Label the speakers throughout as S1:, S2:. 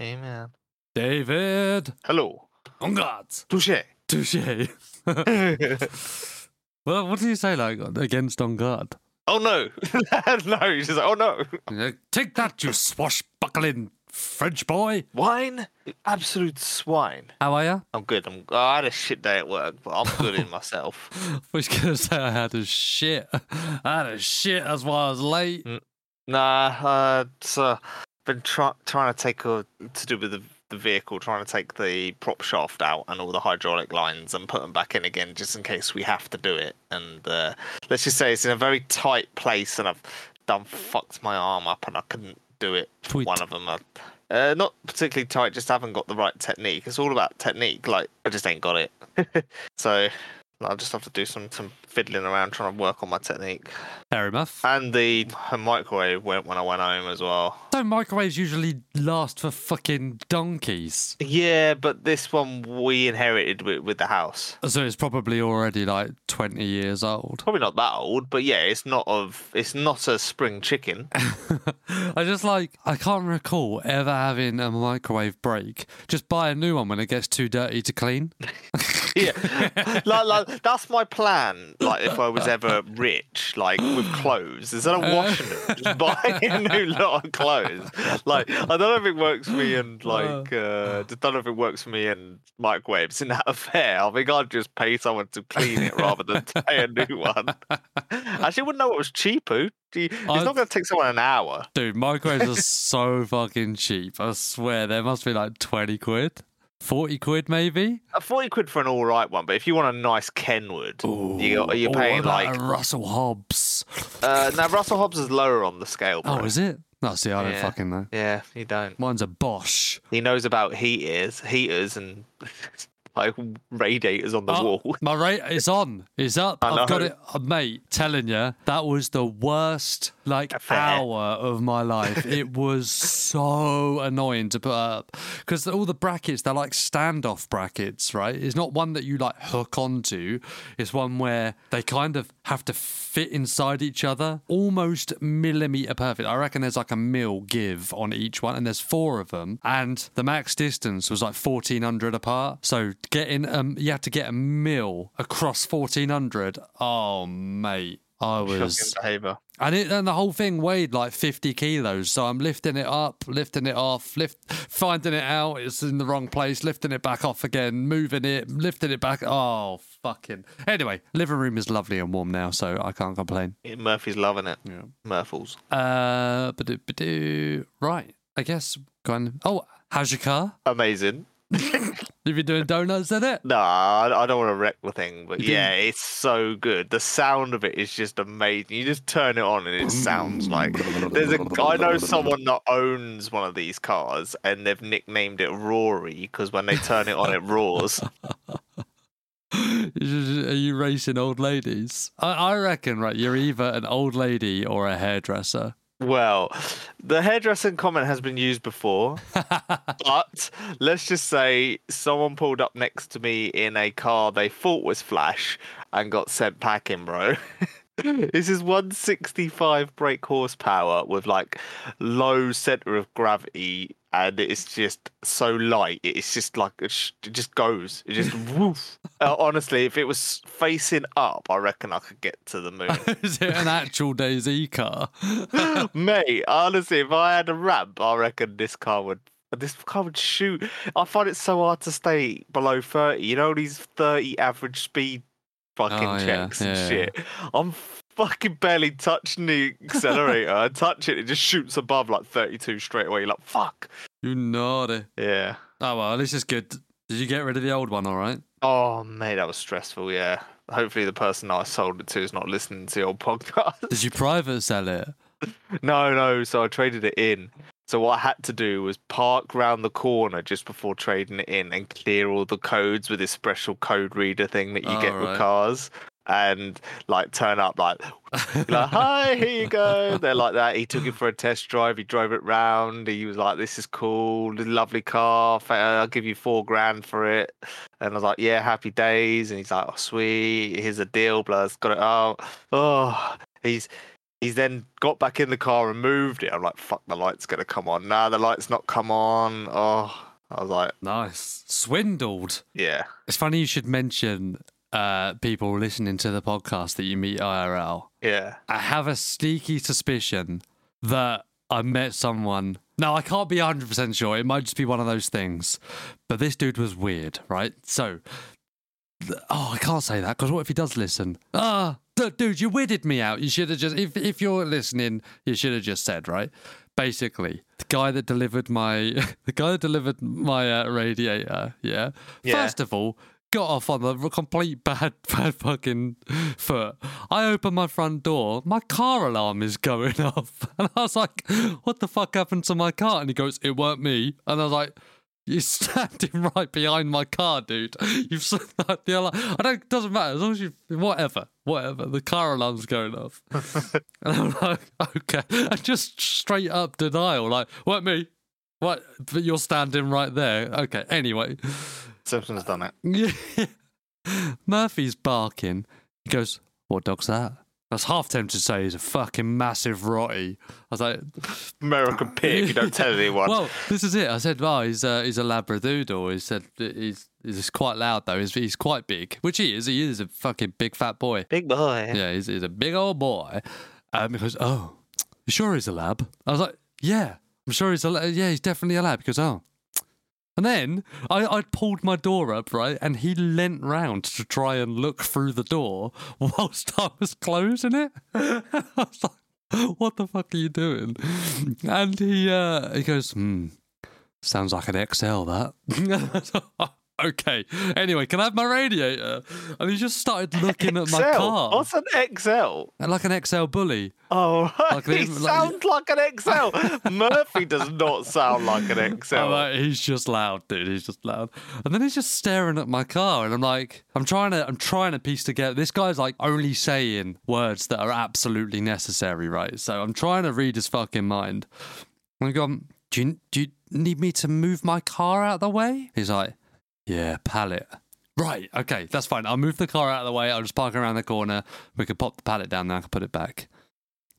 S1: Amen.
S2: David
S3: Hello.
S2: Ungart.
S3: Touche.
S2: Touche.
S3: oh
S2: well, what do you say, like, against Ungart?
S3: no. no. He's just like, oh no.
S2: Uh, Take that, you swashbuckling French boy.
S3: Wine? Absolute swine.
S2: How are you?
S3: I'm good. I'm, I had a shit day at work, but I'm good in myself.
S2: I was gonna say I had a shit. I had a shit. That's why I was late.
S3: Nah, uh, it's, uh, been try- trying to take a to do with the, the vehicle, trying to take the prop shaft out and all the hydraulic lines and put them back in again, just in case we have to do it. And uh, let's just say it's in a very tight place, and I've done fucked my arm up, and I couldn't do it. for
S2: Tweet.
S3: One of them, I, uh, not particularly tight, just haven't got the right technique. It's all about technique. Like I just ain't got it. so. I'll just have to do some, some fiddling around trying to work on my technique.
S2: Fair enough.
S3: And the her microwave went when I went home as well.
S2: So microwaves usually last for fucking donkeys.
S3: Yeah, but this one we inherited with, with the house.
S2: So it's probably already like twenty years old.
S3: Probably not that old, but yeah, it's not of it's not a spring chicken.
S2: I just like I can't recall ever having a microwave break. Just buy a new one when it gets too dirty to clean.
S3: yeah, like, like, that's my plan. Like if I was ever rich, like with clothes, instead of washing them, just buy a new lot of clothes. Like I don't know if it works for me and like
S2: Oh.
S3: uh, just don't know if it works for me and microwaves in that affair. I think I'd just pay someone to clean it rather than pay a new one. Actually, I wouldn't know what was cheaper. It's
S2: I've-
S3: not going to take someone an hour.
S2: Dude, microwaves are so fucking cheap. I swear there must be like twenty quid, forty quid maybe.
S3: Uh, forty quid for an all right one, but if you want a nice Kenwood, you got, you're
S2: Ooh,
S3: paying
S2: what about
S3: like
S2: a Russell Hobbs.
S3: uh, now. Russell Hobbs is lower on the scale.
S2: Oh,
S3: bro.
S2: is it? No, see, I don't
S3: Yeah.
S2: fucking know.
S3: Yeah, he don't.
S2: Mine's a Bosch.
S3: He knows about heaters, heaters, and like radiators on the
S2: Oh,
S3: wall.
S2: my rate is on. It's up.
S3: I
S2: I've got
S3: know.
S2: it, uh, mate. Telling you, that was the worst like
S3: Affair.
S2: hour of my life. it was so annoying to put up because all the brackets they're like standoff brackets, right? It's not one that you like hook onto. It's one where they kind of have to fit inside each other, almost millimeter perfect. I reckon there's like a mil give on each one, and there's four of them, and the max distance was like 1400 apart. So getting um, you had to get a mil across 1400. Oh mate. I was,
S3: Shocking behaviour.
S2: and it, and the whole thing weighed like fifty kilos. So I'm lifting it up, lifting it off, lift, finding it out. It's in the wrong place, lifting it back off again, moving it, lifting it back. Oh fucking! Anyway, living room is lovely and warm now, so I can't complain.
S3: Yeah, Murphy's loving it.
S2: Yeah.
S3: Murphles.
S2: Uh, ba-do, ba-do. right. I guess. Go on. Oh, how's your car?
S3: Amazing.
S2: You've been doing donuts in it.
S3: Nah, I I don't want to wreck the thing, but yeah, it's so good. The sound of it is just amazing. You just turn it on and it sounds like there's a. I know someone that owns one of these cars and they've nicknamed it Rory because when they turn it on, it roars.
S2: Are you racing old ladies? I, I reckon. Right, you're either an old lady or a hairdresser.
S3: Well, the hairdressing comment has been used before, but let's just say someone pulled up next to me in a car they thought was Flash and got sent packing, bro. this is 165 brake horsepower with like low center of gravity, and it's just so light. It's just like it sh- it just goes. It just woof. Uh, honestly, if it was facing up, I reckon I could get to the moon.
S2: Is it an actual Daisy car?
S3: Mate, honestly, if I had a ramp, I reckon this car would. This car would shoot. I find it so hard to stay below thirty. You know these thirty average speed fucking
S2: Oh, yeah,
S3: checks and
S2: yeah.
S3: shit. I'm fucking barely touching the accelerator. I touch it, it just shoots above like thirty-two straight away. You're like, fuck.
S2: You naughty.
S3: Yeah.
S2: Oh well, this is good. Did you get rid of the old one? All right.
S3: Oh mate, that was stressful. Yeah. Hopefully, the person I sold it to is not listening to your podcast.
S2: Did you private sell it?
S3: No, no. So I traded it in. So what I had to do was park round the corner just before trading it in and clear all the codes with this special code reader thing that you get
S2: Alright.
S3: with cars. And like turn up like, like hi here you go they're like that he took it for a test drive he drove it round he was like this is cool lovely car fa- uh, I'll give you four grand for it and I was like yeah happy days and he's like oh sweet here's a deal blah's got it out oh he's He's then got back in the car and moved it. I'm like, fuck, the light's gonna come on. Nah, the light's not come on. Oh, I was like,
S2: Nice. Swindled.
S3: yeah,
S2: It's funny you should mention uh, people listening to the podcast that you meet IRL.
S3: yeah.
S2: I have a sneaky suspicion that I met someone. Now, I can't be 100% sure. It might just be one of those things. But this dude was weird, right? So, th- oh, I can't say that because what if he does listen? Ah, d- dude, you weirded me out. You should have just, if, if you're listening, you should have just said, right? Basically, the guy that delivered my, the guy that delivered my uh, radiator, yeah?
S3: Yeah.
S2: First of all, got off on the complete bad, bad fucking foot. I open my front door, my car alarm is going off. And I was like, what the fuck happened to my car? And he goes, it weren't me. And I was like, you're standing right behind my car, dude. You've set that the alarm. I don't. Doesn't matter as long as you. Whatever, whatever. The car alarm's going off, and I'm like, okay, and just straight up denial. Like, what me? What? But you're standing right there. Okay. Anyway,
S3: Simpson's done it.
S2: Murphy's barking. He goes, "What dog's that?" I was half tempted to say he's a fucking massive rotty. I was like,
S3: American pig. You don't tell anyone.
S2: Well, this is it. I said, "Oh, he's uh, he's a labradoodle." He said, "He's he's quite loud though. He's he's quite big, which he is. He is a fucking big fat boy.
S3: Big boy.
S2: Yeah, he's he's a big old boy." Um, he goes, "Oh, you sure he's a lab?" I was like, "Yeah, I'm sure he's a la- yeah, he's definitely a lab." He goes, "Oh." And then I, I'd pulled my door up, right? And he leant round to try and look through the door whilst I was closing it. I was like, what the fuck are you doing? And he uh, he goes, hmm, sounds like an XL that. okay. Anyway, can I have my radiator? And he just started looking at
S3: XL.
S2: my car.
S3: What's an XL?
S2: Like an XL bully.
S3: Oh,
S2: Like
S3: he
S2: the- like-
S3: sounds like an XL. Murphy does not sound like an XL.
S2: I'm like, he's just loud, dude. He's just loud. And then he's just staring at my car, and I'm like, I'm trying to, I'm trying to piece together. This guy's like only saying words that are absolutely necessary, right? So I'm trying to read his fucking mind. And I go, do you, do you need me to move my car out of the way? He's like, yeah, pallet. Right, okay, that's fine. I'll move the car out of the way. I'll just park around the corner. We can pop the pallet down there. I can put it back.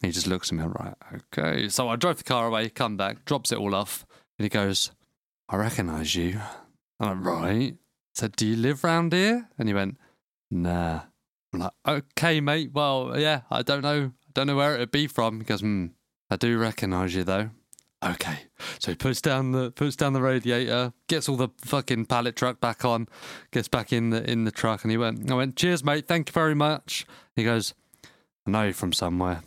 S2: And he just looks at me, right, okay. So I drove the car away, come back, drops it all off. And he goes, I recognise you. I'm like, right. I said, do you live round here? And he went, nah. I'm like, okay, mate. Well, yeah, I don't know. I don't know where it would be from. He goes, hmm, I do recognise you though. Okay. So he puts down the puts down the radiator, gets all the fucking pallet truck back on, gets back in the in the truck and he went I went, Cheers, mate, thank you very much. He goes, I know you from somewhere.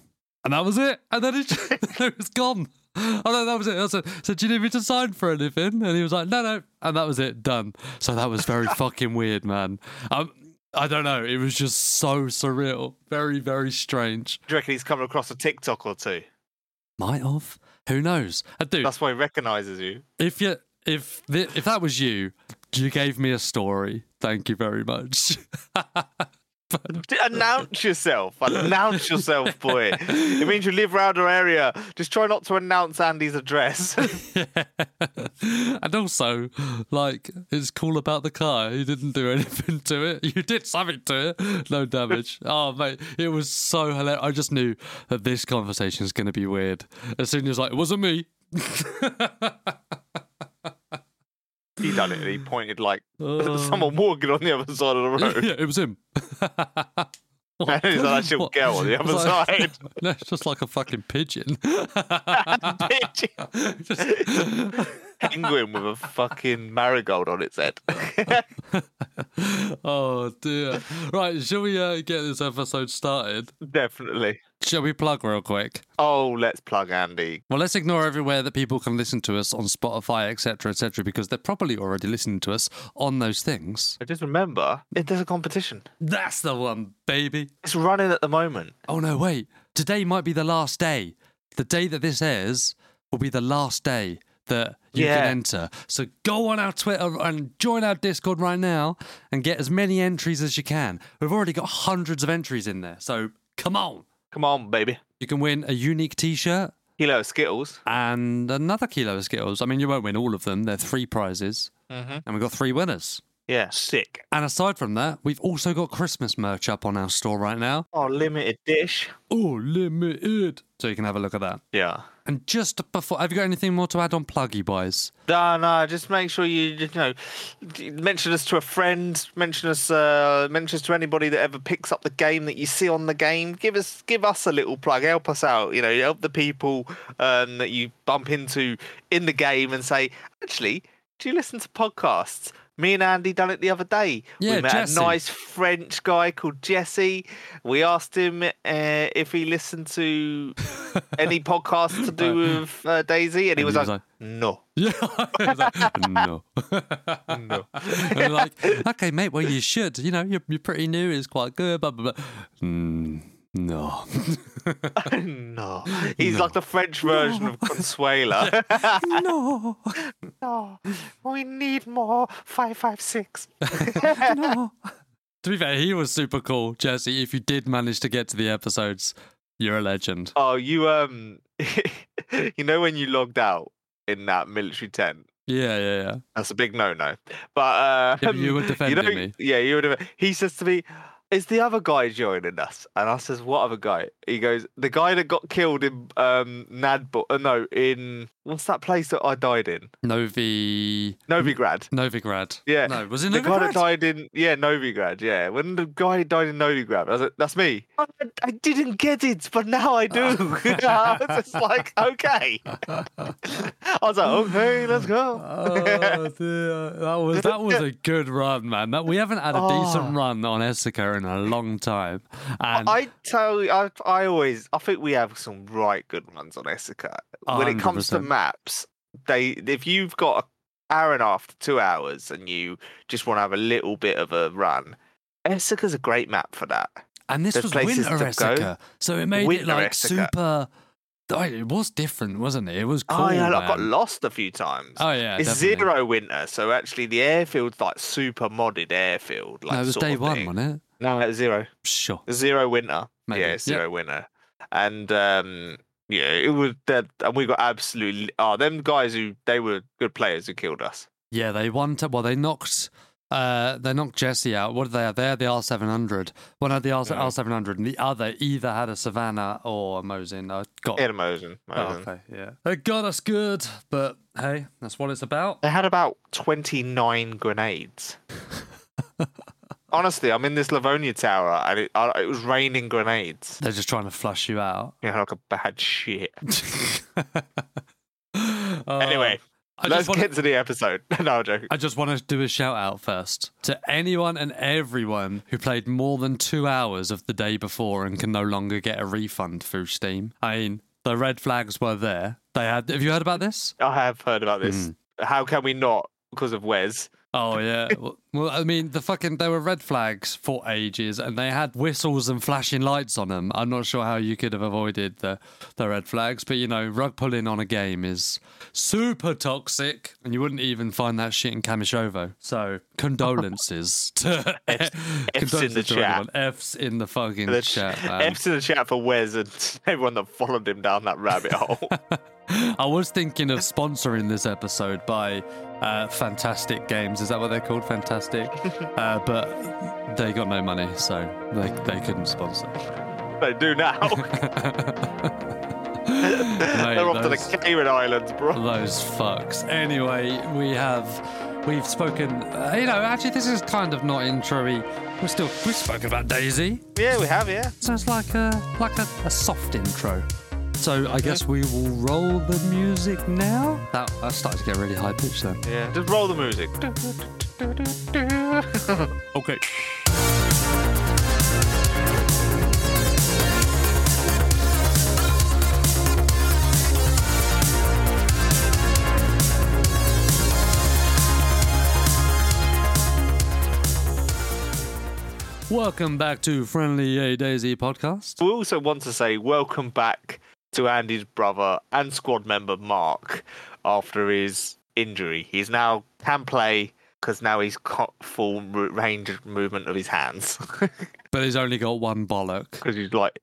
S2: And that was it. And then it, just, it was gone. Oh no, that was it. I said, so do you need me to sign for anything? And he was like, no, no. And that was it, done. So that was very fucking weird, man. Um, I don't know. It was just so surreal. Very, very strange.
S3: Do you reckon he's coming across a TikTok or two?
S2: Might have. Who knows? Uh, dude,
S3: That's why he recognises you.
S2: if you if thi- if that was you, you gave me a story. Thank you very much.
S3: D- announce yourself. Announce yourself, boy. It means you live round our area. Just try not to announce Andy's address.
S2: and also, like, it's cool about the car. You didn't do anything to it. You did something to it. No damage. Oh, mate, it was so hilarious. I just knew that this conversation is going to be weird. As soon as like, it wasn't me.
S3: he done it and he pointed like
S2: Oh.
S3: someone walking on the other side of the road.
S2: yeah, it was him.
S3: and he's an actual
S2: What?
S3: girl on the
S2: It
S3: other
S2: was
S3: side.
S2: like- No, it's just like a fucking pigeon.
S3: Bitch.
S2: Just-
S3: Penguin with a fucking marigold on its head.
S2: oh dear. Right, shall we uh, get this episode started?
S3: Definitely.
S2: Shall we plug real quick?
S3: Oh, let's plug Andy.
S2: Well, let's ignore everywhere that people can listen to us on Spotify, etc., etc., because they're probably already listening to us on those things.
S3: But just remember, it, there's a competition.
S2: That's the one, baby.
S3: It's running at the moment.
S2: Oh no, wait. Today might be the last day. The day that this airs will be the last day that you
S3: Yeah.
S2: can enter. So go on our Twitter and join our Discord right now and get as many entries as you can. We've already got hundreds of entries in there. So come on.
S3: Come on, baby.
S2: You can win a unique t shirt
S3: Kilo of Skittles.
S2: and another kilo of Skittles. I mean, you won't win all of them. They're three prizes. And we've got three winners.
S3: Yeah.
S1: Sick.
S2: And aside from that, we've also got Christmas merch up on our store right now.
S3: Oh, limited dish.
S2: Oh, limited. So you can have a look at that.
S3: Yeah.
S2: And just before, have you got anything more to add on Pluggy Boys?
S3: No, no. Just make sure you, you know, mention us to a friend. Mention us, uh, mention us to anybody that ever picks up the game that you see on the game. Give us, give us a little plug. Help us out. You know, help the people um, that you bump into in the game and say, actually, do you listen to podcasts? Me and Andy done it the other day.
S2: Yeah,
S3: we met
S2: Jesse.
S3: a nice French guy called Jesse. We asked him uh, if he listened to any podcasts to do with uh, Daisy, and he was,
S2: he was
S3: like, "No."
S2: Yeah. I was like, no. no. and they're like, okay, mate, well, you should. You know, you're, you're pretty new, it's quite good, blah, blah, blah. Mm, no.
S3: No. He's like the French version of Consuela.
S2: no.
S3: no. We need more 556.
S2: No. to be fair, he was super cool, Jesse. If you did manage to get to the episodes, you're a legend.
S3: Oh, you um you know when you logged out in that military tent?
S2: Yeah, yeah, yeah.
S3: That's a big no-no. But uh
S2: Yeah, but you were defending
S3: know-
S2: me.
S3: Yeah, you were def- He says to me, "Is the other guy joining us?" And I says, "What other guy?" He goes, "The guy that got killed in um Nadbo uh, no, in what's that place that I died in?
S2: Novi.
S3: Novigrad."
S2: Novigrad.
S3: Yeah.
S2: No, was it
S3: the guy that
S2: Novigrad?
S3: died in yeah Novigrad yeah when the guy died in Novigrad I was like that's me I, I didn't get it but now I do I was just like okay I was like okay let's go
S2: oh, dear. That was that was a good run, man. That we haven't had a decent run on Essica in a long time. And
S3: Oh. I tell you I, I always I think we have some right good ones on Essica when it comes to
S2: 100%.
S3: maps they if you've got an hour and a half to two hours and you just want to have a little bit of a run Essica's a great map for that
S2: and this
S3: there's
S2: was
S3: places to
S2: winter
S3: go.
S2: Essica, so it made it
S3: Winter
S2: like
S3: Essica.
S2: super. Oh, It was different, wasn't it? It was cool.
S3: oh yeah I got
S2: man.
S3: lost a few times
S2: Oh yeah,
S3: It's
S2: definitely.
S3: zero winter, so actually the airfield's like super modded airfield. Like
S2: no, it was
S3: sort
S2: day
S3: of
S2: one,
S3: thing.
S2: wasn't it?
S3: No, it's zero,
S2: Sure.
S3: zero winter.
S2: Maybe.
S3: Yeah,
S2: Yep.
S3: it's zero winter, and um, yeah, it was that, and we got absolutely. Oh, them guys who they were good players who killed us.
S2: Yeah, they won. T- well, they knocked. Uh, they knocked Jesse out. What did they have? They had the R seven hundred. One had the R seven hundred, and the other either had a Savannah or a Mosin. I got.
S3: It Mosin.
S2: Oh,
S3: Mosin.
S2: okay, yeah. They got us good, but hey, that's what it's about.
S3: They had about twenty nine grenades. Honestly, I'm in this Livonia tower, and it, I, it was raining grenades.
S2: They're just trying to flush you out.
S3: Yeah, like a bad shit.
S2: Uh,
S3: Anyway,
S2: I
S3: let's
S2: just wanna-
S3: get to the episode. no, I'm joking.
S2: I just want to do a shout out first to anyone and everyone who played more than two hours of the day before and can no longer get a refund through Steam. I mean, the red flags were there. They had. Have you heard about this?
S3: I have heard about this. How can we not? Because of Wes.
S2: Oh yeah. Well- Well, I mean, the fucking there were red flags for ages, and they had whistles and flashing lights on them. I'm not sure how you could have avoided the the red flags, but you know, rug pulling on a game is super toxic, and you wouldn't even find that shit in Kamishovo. So condolences to
S3: F's in the
S2: condolences to
S3: chat.
S2: everyone. F's in the fucking
S3: The ch-
S2: chat. man.
S3: F's in the chat for Wes and everyone that followed him down that rabbit hole.
S2: I was thinking of sponsoring this episode by uh, Fantastic Games. Is that what they're called? Fantastic. Uh, but they got no money, so they, they couldn't sponsor.
S3: they do now.
S2: Mate,
S3: They're off to the
S2: those-
S3: Cayman Islands, bro.
S2: those fucks. Anyway, we have we've spoken. Uh, you know, actually, this is kind of not introy. We're still we've spoken about Daisy.
S3: Yeah, we have, yeah.
S2: Sounds like a like a, a soft intro. So I guess we will roll the music now. That I started to get really high pitched then.
S3: Yeah. Just roll the music.
S2: Okay. Welcome back to Friendly Yay Daisy podcast.
S3: We also want to say welcome back to Andy's brother and squad member Mark after his injury. He's now can play because now he's got full r- range of movement of his hands.
S2: But he's only got one bollock.
S3: because he's like,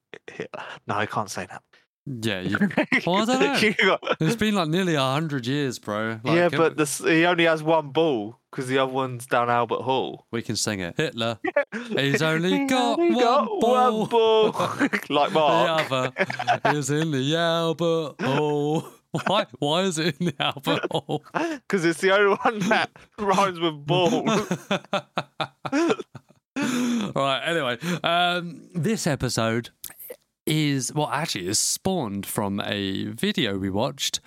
S3: no, I can't say that.
S2: Yeah, you, well, I don't know.
S3: You got-
S2: It's been like nearly a hundred years, bro. Like,
S3: yeah,
S2: can
S3: but
S2: we-
S3: this, he only has one ball because the other one's down Albert Hall.
S2: we can sing it. Hitler, he's only
S3: He
S2: got,
S3: only
S2: one,
S3: got
S2: ball.
S3: one ball. like Mark.
S2: The other is in the Albert Hall. Why? Why is it in the Albert Hall?
S3: Because it's the only one that rhymes with ball.
S2: All right. Anyway, um, this episode is well, actually, is spawned from a video we watched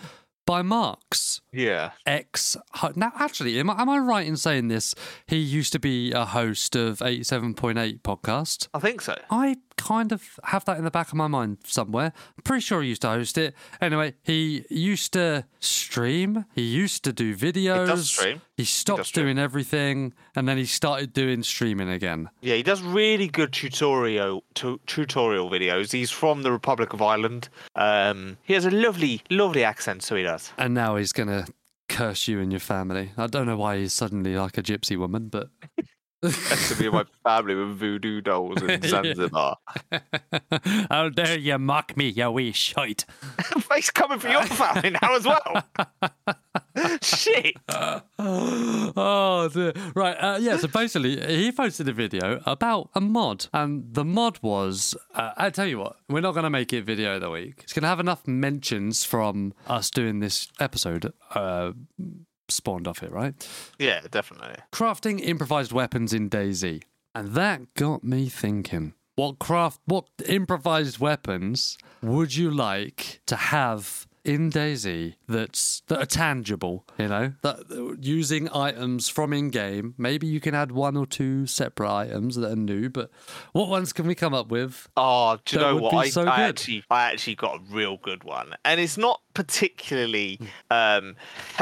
S2: by Marks.
S3: yeah.
S2: ex. ho- Now, actually, am I, am I right in saying this? He used to be a host of eight seven point eight podcast.
S3: I think so.
S2: I kind of have that in the back of my mind somewhere. I'm pretty sure he used to host it. Anyway, he used to stream. He used to do videos.
S3: stream.
S2: He stopped
S3: stream.
S2: doing everything, and then he started doing streaming again.
S3: Yeah, he does really good tutorial tu- tutorial videos. He's from the Republic of Ireland. Um, he has a lovely, lovely accent, so he does.
S2: And now he's gonna curse you and your family. I don't know why he's suddenly like a gypsy woman, but
S3: To be my family with voodoo dolls in Zanzibar.
S2: how dare you mock me, you wee shite.
S3: He's coming for your family now as well. Shit.
S2: oh dear. Right. Uh, yeah. So basically, he posted a video about a mod, and the mod was. Uh, I tell you what, we're not going to make it video of the week. It's going to have enough mentions from us doing this episode. Uh, spawned off it, right?
S3: Yeah, definitely.
S2: crafting improvised weapons in Daisy. And that got me thinking. What craft what improvised weapons would you like to have in Daisy that's that are tangible, you know? That using items from in game. Maybe you can add one or two separate items that are new, but what ones can we come up with?
S3: Oh, do you
S2: That
S3: know
S2: would
S3: what?
S2: be
S3: I,
S2: so
S3: I
S2: good.
S3: actually, I actually got a real good one, and it's not particularly um,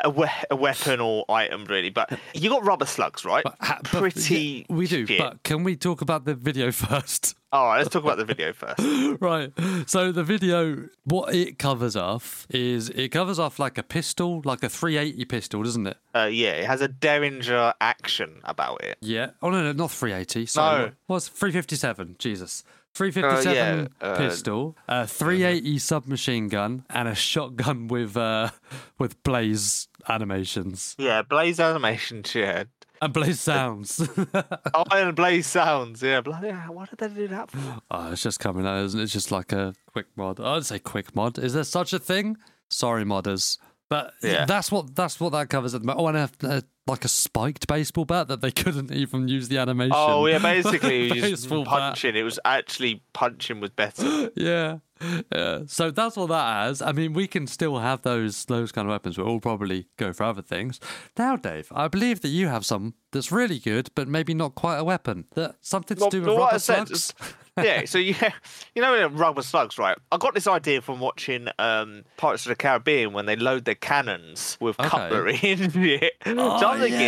S3: a, we- a weapon or item really, but you got rubber slugs, right?
S2: Ha- but-
S3: Pretty.
S2: yeah, we do,
S3: shit.
S2: but can we talk about the video first?
S3: All right, let's talk about the video first.
S2: right. So the video, what it covers off is it covers off like a pistol, like a 380 pistol, doesn't it?
S3: Uh, yeah, it has a Derringer action about it.
S2: Yeah. Oh no, no, not 380. Sorry.
S3: No.
S2: What- What's 357? Jesus. 357
S3: uh,
S2: pistol, a 380 submachine gun, and a shotgun with uh with blaze animations
S3: Yeah, Blaze animation shit.
S2: and blaze sounds.
S3: Oh, and Blaze sounds. Yeah, bloody. hell, Why did they do that? For?
S2: Oh, it's just coming out, isn't it? It's just like a quick mod. I'd say quick mod. Is there such a thing? Sorry, modders. But
S3: Yeah.
S2: that's what that's what that covers at the moment. Oh, and a, a, like a spiked baseball bat that they couldn't even use the animation.
S3: Oh, yeah, basically, it was just
S2: baseball bat.
S3: punching. It was actually punching was better.
S2: Yeah. yeah. So that's what that has. I mean, we can still have those those kind of weapons. We'll all probably go for other things. Now, Dave, I believe that you have some that's really good, but maybe not quite a weapon. That something to
S3: Well,
S2: do with
S3: well, what I
S2: rubber
S3: said
S2: slugs.
S3: is- yeah, so yeah, you know, in rubber slugs, right? I got this idea from watching um, Pirates of the Caribbean when they load their cannons with
S2: Okay. Oh,
S3: cutlery in it. so I'm thinking,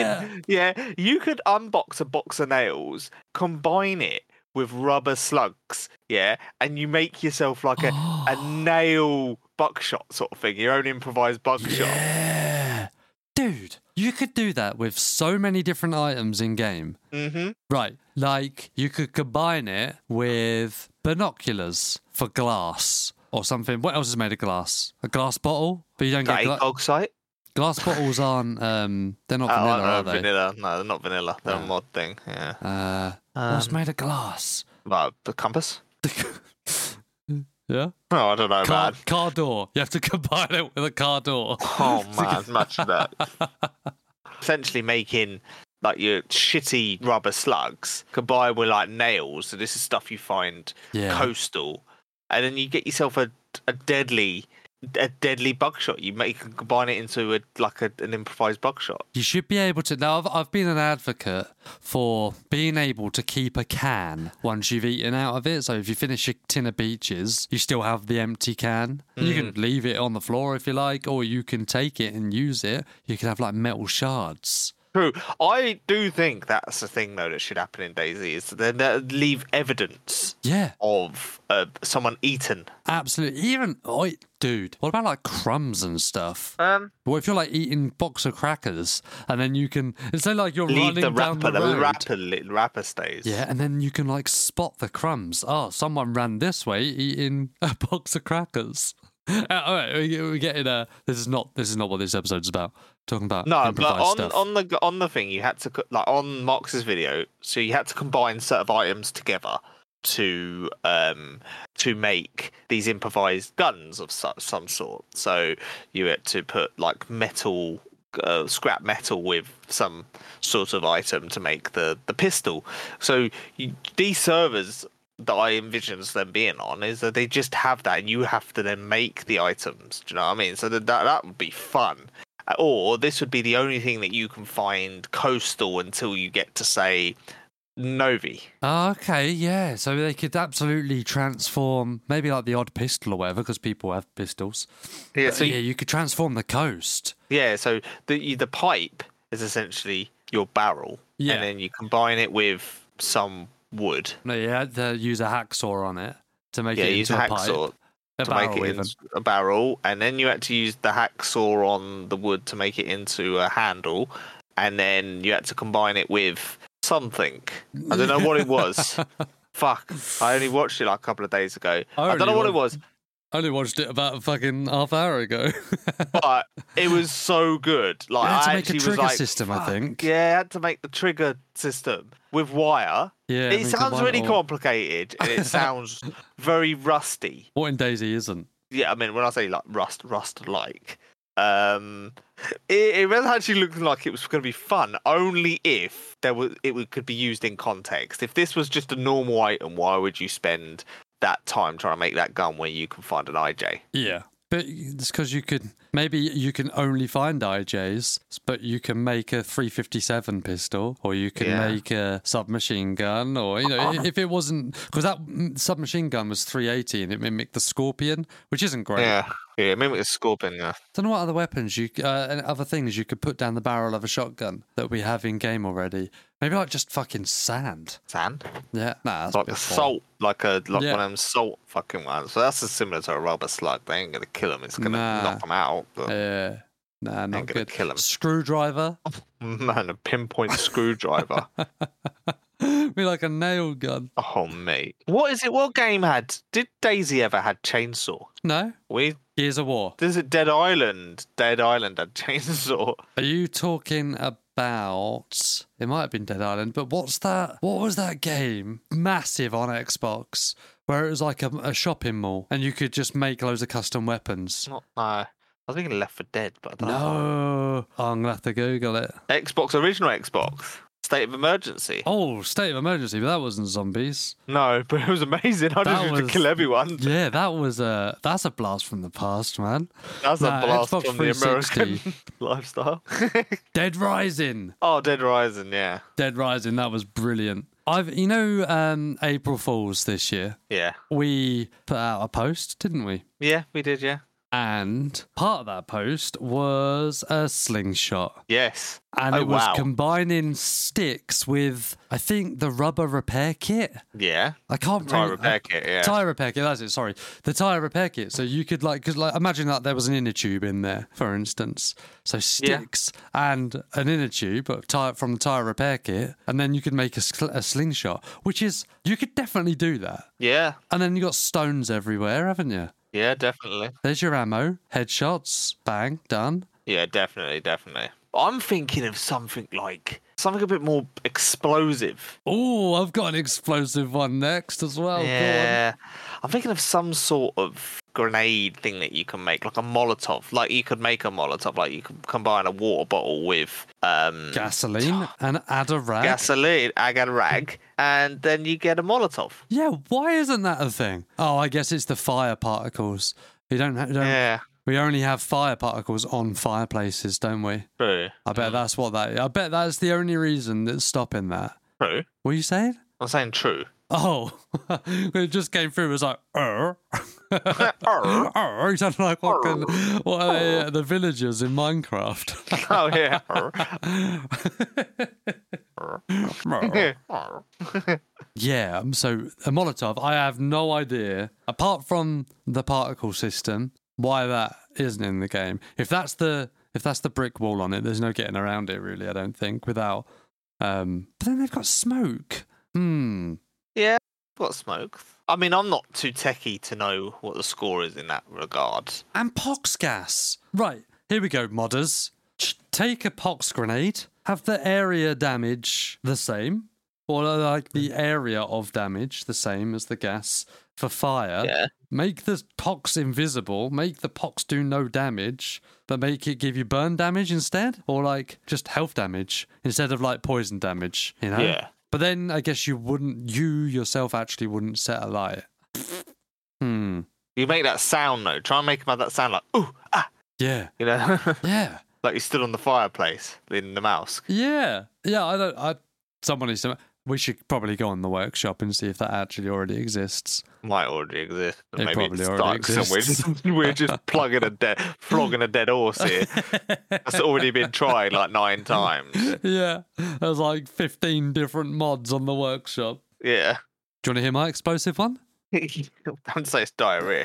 S2: yeah.
S3: yeah. you could unbox a box of nails, combine it with rubber slugs, yeah, and you make yourself like a, a nail buckshot sort of thing, your own improvised buckshot.
S2: Yeah. Dude, you could do that with so many different items in game.
S3: Mm-hmm.
S2: Right. Like you could combine it with binoculars for glass or something. What else is made of glass? A glass bottle? But you don't
S3: That
S2: get
S3: ain't
S2: gla-
S3: Gog site?
S2: glass bottles aren't um they're not
S3: Oh,
S2: vanilla,
S3: no,
S2: are they?
S3: vanilla. No, they're not vanilla. They're a mod thing, yeah.
S2: Uh what's made of glass?
S3: Like the compass?
S2: Yeah.
S3: Oh, I don't know,
S2: Car,
S3: man.
S2: car door. You have to combine it with a car door.
S3: Oh man, much of that. Essentially making like your shitty rubber slugs combined with like nails. So this is stuff you find
S2: Yeah.
S3: coastal, and then you get yourself a a deadly a deadly buckshot. You make you combine it into a like a, an improvised buckshot.
S2: You should be able to. Now, I've, I've been an advocate for being able to keep a can once you've eaten out of it. So if you finish your tin of peaches, you still have the empty can. You
S3: Mm.
S2: can leave it on the floor if you like, or you can take it and use it. You can have like metal shards.
S3: True. I do think that's the thing though that should happen in Daisy is that they leave evidence
S2: Yeah,
S3: of uh, someone eaten.
S2: absolutely. Even, oi, dude, what about like crumbs and stuff?
S3: Um,
S2: Well, if you're like eating box of crackers and then you can, it's not like you're
S3: leave
S2: running
S3: the
S2: down
S3: rapper.
S2: the
S3: The,
S2: road.
S3: rapper. li- Rapper stays.
S2: Yeah, and then you can like spot the crumbs. Oh, someone ran this way eating a box of crackers. Uh, all right, we- we're getting a. This is not. This is not what this episode's about. Talking about
S3: No, but
S2: improvised
S3: on
S2: stuff.
S3: on the on the thing you had to co- like on Mox's video, so you had to combine set of items together to um to make these improvised guns of su- some sort. So you had to put like metal. Uh, scrap metal with some sort of item to make the the pistol. So you, these servers that I envisions them being on is that they just have that, and you have to then make the items. Do you know what I mean? So that that, that would be fun or this would be the only thing that you can find coastal until you get to say Novi.
S2: Oh, okay, yeah. So they could absolutely transform, maybe like the odd pistol or whatever, because people have pistols.
S3: Yeah,
S2: But
S3: so
S2: yeah,
S3: yeah,
S2: you could transform the coast.
S3: so the you- the pipe is essentially your barrel,
S2: Yeah.
S3: and then you combine it with some wood.
S2: No, you had to use a hacksaw on it to make
S3: yeah,
S2: it
S3: use
S2: into
S3: a
S2: a
S3: hacksaw
S2: pipe. A
S3: to make
S2: barrel,
S3: it
S2: even.
S3: into a barrel, and then you had to use the hacksaw on the wood to make it into a handle, and then you had to combine it with something. I don't know what it was. Fuck, I only watched it like a couple of days ago.
S2: I
S3: I don't know
S2: only
S3: what it
S2: wa-
S3: was.
S2: I only watched it about a fucking half hour ago.
S3: but it was so good. Like
S2: had to
S3: I
S2: make a
S3: actually was
S2: trigger
S3: like,
S2: system, I
S3: "Fuck,
S2: think."
S3: Yeah, I had to make the trigger system with wire.
S2: yeah,
S3: it sounds really
S2: cool.
S3: complicated and it sounds very rusty.
S2: What in Daisy isn't?
S3: Yeah, I mean when I say like rust, rust like. Um, it, it really actually looked like it was going to be fun only if there was it would, could be used in context. If this was just a normal item, why would you spend that time trying to make that gun when you can find an IJ?
S2: Yeah. But it's because you could maybe you can only find IJs, but you can make a 357 pistol, or you can
S3: Yeah.
S2: make a submachine gun, or you know, i- if it wasn't because that mm, submachine gun was 380 and it mimicked the Scorpion, which isn't great.
S3: Yeah, yeah, maybe it's scorpion. Yeah.
S2: Don't know what other weapons you c- uh, and other things you could put down the barrel of a shotgun that we have in game already. Maybe like just fucking sand.
S3: Sand.
S2: Yeah, nah, that's a
S3: like
S2: bit
S3: a
S2: boring.
S3: salt, like a like
S2: Yeah.
S3: one of them salt fucking ones. So that's just similar to a rubber slug. They ain't gonna kill him. It's gonna
S2: Nah.
S3: knock him out. But
S2: Yeah, nah, not
S3: ain't gonna
S2: good.
S3: kill 'em.
S2: Screwdriver,
S3: man, a pinpoint screwdriver.
S2: be like a nail gun.
S3: Oh mate, what is it? What game had? Did Daisy ever had chainsaw?
S2: No,
S3: We
S2: Gears of War.
S3: there's a Dead Island. Dead Island had chainsaw.
S2: Are you talking about? It might have been Dead Island, but what's that? What was that game? Massive on Xbox, where it was like a, a shopping mall, and you could just make loads of custom weapons.
S3: Not no. I was thinking Left for Dead, but I don't know.
S2: No, oh, I'm gonna have to Google it.
S3: Xbox original Xbox. State of emergency.
S2: Oh, state of emergency, but that wasn't zombies.
S3: No, but it was amazing. I
S2: That
S3: just used to
S2: was-
S3: kill everyone.
S2: Yeah, that was a that's a blast from the past, man.
S3: That's
S2: Nah,
S3: a blast
S2: Xbox
S3: from the American
S2: 360.
S3: lifestyle.
S2: Dead Rising,
S3: oh, Dead Rising, yeah.
S2: Dead Rising, that was brilliant. I've you know um, April Fools this year.
S3: Yeah.
S2: We put out a post, didn't we?
S3: Yeah, we did, yeah.
S2: And part of that post was a slingshot.
S3: Yes.
S2: And
S3: Oh,
S2: it was
S3: wow.
S2: combining sticks with, I think, the rubber repair kit.
S3: Yeah.
S2: I can't
S3: Tire
S2: remember.
S3: repair kit, yeah.
S2: Tire repair kit, that's it, sorry. The tire repair kit. So you could, like, because, like, imagine that there was an inner tube in there, for instance. So sticks and an inner tube of tire, from the tire repair kit. And then you could make a, sl- a slingshot, which is, you could definitely do that.
S3: Yeah.
S2: And then you got stones everywhere, haven't you?
S3: Yeah, definitely.
S2: There's your ammo, headshots, bang, done.
S3: Yeah, definitely, definitely. I'm thinking of something like something a bit more explosive.
S2: Oh, I've got an explosive one next as well. Oh, Go on.
S3: yeah. I'm thinking of some sort of grenade thing that you can make, like a Molotov. Like you could make a Molotov, like you could combine a water bottle with um
S2: Gasoline and add a rag.
S3: gasoline, I got a rag, and then you get a Molotov.
S2: yeah, why isn't that a thing? Oh, I guess it's the fire particles. We don't, ha- don't
S3: Yeah.
S2: we only have fire particles on fireplaces, don't we?
S3: True.
S2: I bet that's what that I bet that's the only reason that's stopping that.
S3: True.
S2: What are you saying?
S3: I'm saying true.
S2: Oh, it just came through. It was like, er.
S3: Arr.
S2: Arr, you sound like what, can, what are they, uh, the villagers in Minecraft.
S3: oh yeah. Arr. Arr. Yeah. Arr.
S2: yeah, um, so a Molotov, I have no idea, apart from the particle system, why that isn't in the game. If that's the if that's the brick wall on it, there's no getting around it really, I don't think, without um But then they've got smoke. Hmm.
S3: Yeah, got smoke. I mean, I'm not too techie to know what the score is in that regard.
S2: And pox gas. Right, here we go, modders. Ch- Take a pox grenade, have the area damage the same, or uh, like the area of damage the same as the gas for fire.
S3: Yeah.
S2: Make the pox invisible, make the pox do no damage, but make it give you burn damage instead, or like just health damage instead of like poison damage, you know?
S3: Yeah.
S2: But then I guess you wouldn't, you yourself actually wouldn't set a light. Hmm.
S3: You make that sound though. Try and make about that sound like ooh ah,
S2: Yeah.
S3: you know,
S2: Yeah.
S3: like you stood on the fireplace in the mouse.
S2: Yeah, yeah. I don't. I someone needs to. We should probably go on the workshop and see if that actually already exists.
S3: Might already exist. and
S2: It
S3: Maybe
S2: probably
S3: it's
S2: already
S3: dark somewhere.
S2: exists.
S3: We're just plugging a dead, flogging a dead horse here. That's already been tried like nine times.
S2: yeah, there's like 15 different mods on the workshop.
S3: Yeah.
S2: Do you want to hear my explosive one?
S3: Don't say it's diarrhea.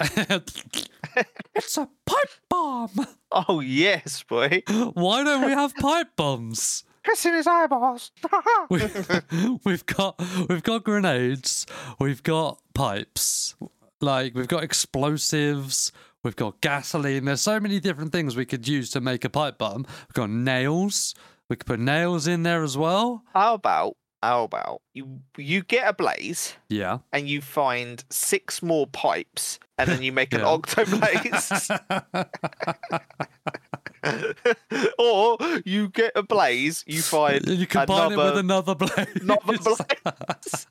S2: it's a pipe bomb.
S3: Oh yes, boy.
S2: Why don't we have pipe bombs?
S3: Pissing his eyeballs.
S2: We, we've got we've got grenades, we've got pipes, like we've got explosives, we've got gasoline. There's so many different things we could use to make a pipe bomb. We've got nails. We could put nails in there as well.
S3: how about how about you you get a blaze
S2: Yeah.
S3: and you find six more pipes and then you make an
S2: Yeah.
S3: octoblaze. or you get a blaze, you find
S2: You combine
S3: another,
S2: it with another blade.
S3: another blaze.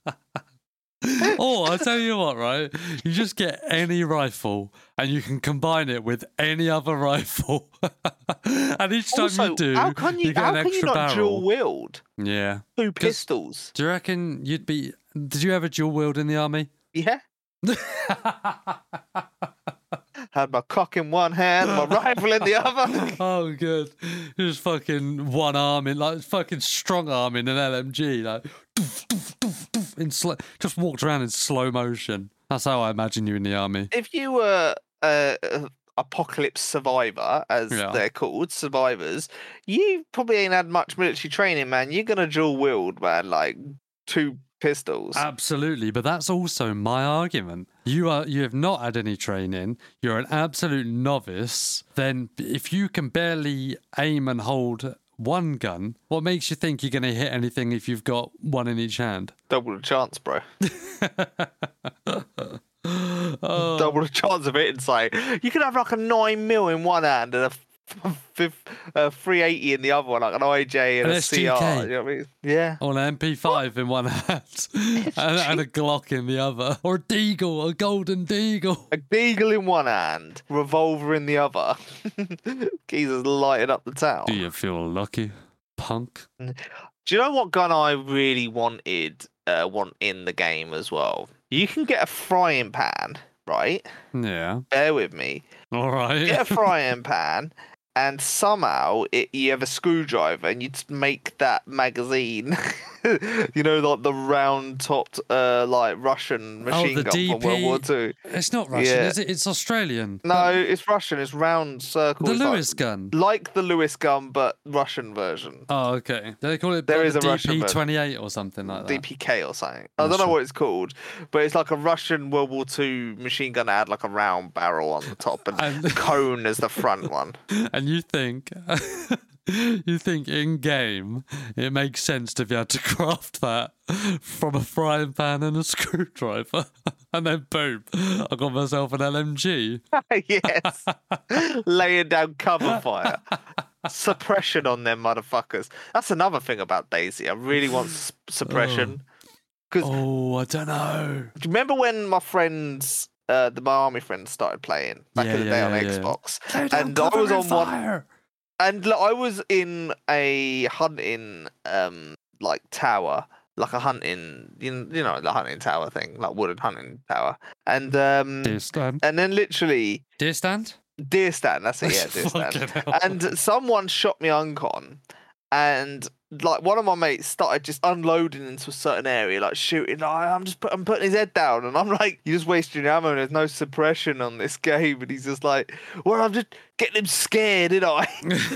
S2: or I tell you what, right? You just get any rifle and you can combine it with any other rifle. and each time
S3: also,
S2: you do,
S3: how can you,
S2: get
S3: how
S2: an
S3: can
S2: extra
S3: you not
S2: barrel.
S3: dual wield
S2: yeah.
S3: two
S2: 'Cause-
S3: pistols?
S2: Do you reckon you'd be? Did you ever dual wield in the army?
S3: Yeah. Had my cock in one hand, my rifle in the other.
S2: oh, good. Just fucking one arm in, like fucking strong arm in an LMG, like doof, doof, doof, doof, in sl- just walked around in slow motion. That's how I imagine you in the army.
S3: If you were a, a apocalypse survivor, as
S2: Yeah.
S3: they're called, survivors, you probably ain't had much military training, man. You're gonna dual wield, man, like two pistols.
S2: Absolutely, but that's also my argument. You are you have not had any training. You're an absolute novice. Then if you can barely aim and hold one gun, what makes you think you're going to hit anything if you've got one in each hand?
S3: Double the chance, bro.
S2: Oh,
S3: Double the chance of it. It's like you could have like a nine mil in one hand and a. f- fif- a 380 in the other one, like an IJ and
S2: An
S3: a CR. You
S2: SGK.
S3: know what I mean? Yeah.
S2: on an MP5 in one hand and, and a Glock in the other, or a Deagle, a golden Deagle.
S3: A beagle in one hand, revolver in the other. Jesus lighting up the town.
S2: Do you feel lucky, punk?
S3: Do you know what gun I really wanted? Uh, want in the game as well. You can get a frying pan, right?
S2: Yeah.
S3: Bear with me.
S2: All right.
S3: Get a frying pan, and somehow it, you have a screwdriver, and you just make that magazine. you know, like the round-topped, uh, like Russian machine
S2: Oh, the
S3: gun from World War Two.
S2: It's not Russian,
S3: Yeah.
S2: is it? It's Australian.
S3: No, it's Russian. It's round circles.
S2: The
S3: like-
S2: Lewis gun.
S3: like the Lewis gun, but Russian version.
S2: Oh, okay. They call it
S3: There
S2: like
S3: is
S2: the
S3: a Russian version.
S2: DP28 or something like that.
S3: DPK or something. I don't know
S2: Uh, sure.
S3: what it's called, but it's like a Russian World War II machine gun that had like a round barrel on the top and
S2: And-
S3: cone as the front one.
S2: And you think, you think in game it makes sense to be able to craft that from a frying pan and a screwdriver, and then boom, I got myself an LMG.
S3: yes, laying down cover fire, suppression on them motherfuckers. That's another thing about Daisy. I really want s- suppression.
S2: Oh, I don't know.
S3: Do you remember when my friends, uh, the my army friends, started playing back
S2: Yeah,
S3: in the
S2: yeah,
S3: day on
S2: yeah, yeah.
S3: Xbox? And I was on one. And look, I was in a hunting um like tower like a hunting, you kn- you know, the hunting tower thing, like wooden hunting tower, and um,
S2: Deer stand.
S3: and then literally
S2: Deer stand?
S3: deer stand. That's it, yeah, deer stand
S2: Fucking hell.
S3: and someone shot me uncon and like one of my mates started just unloading into a certain area like shooting like, i'm just put, i'm putting his head down and i'm like you're just wasting your ammo and there's no suppression on this game and he's just like well i'm just getting him scared did i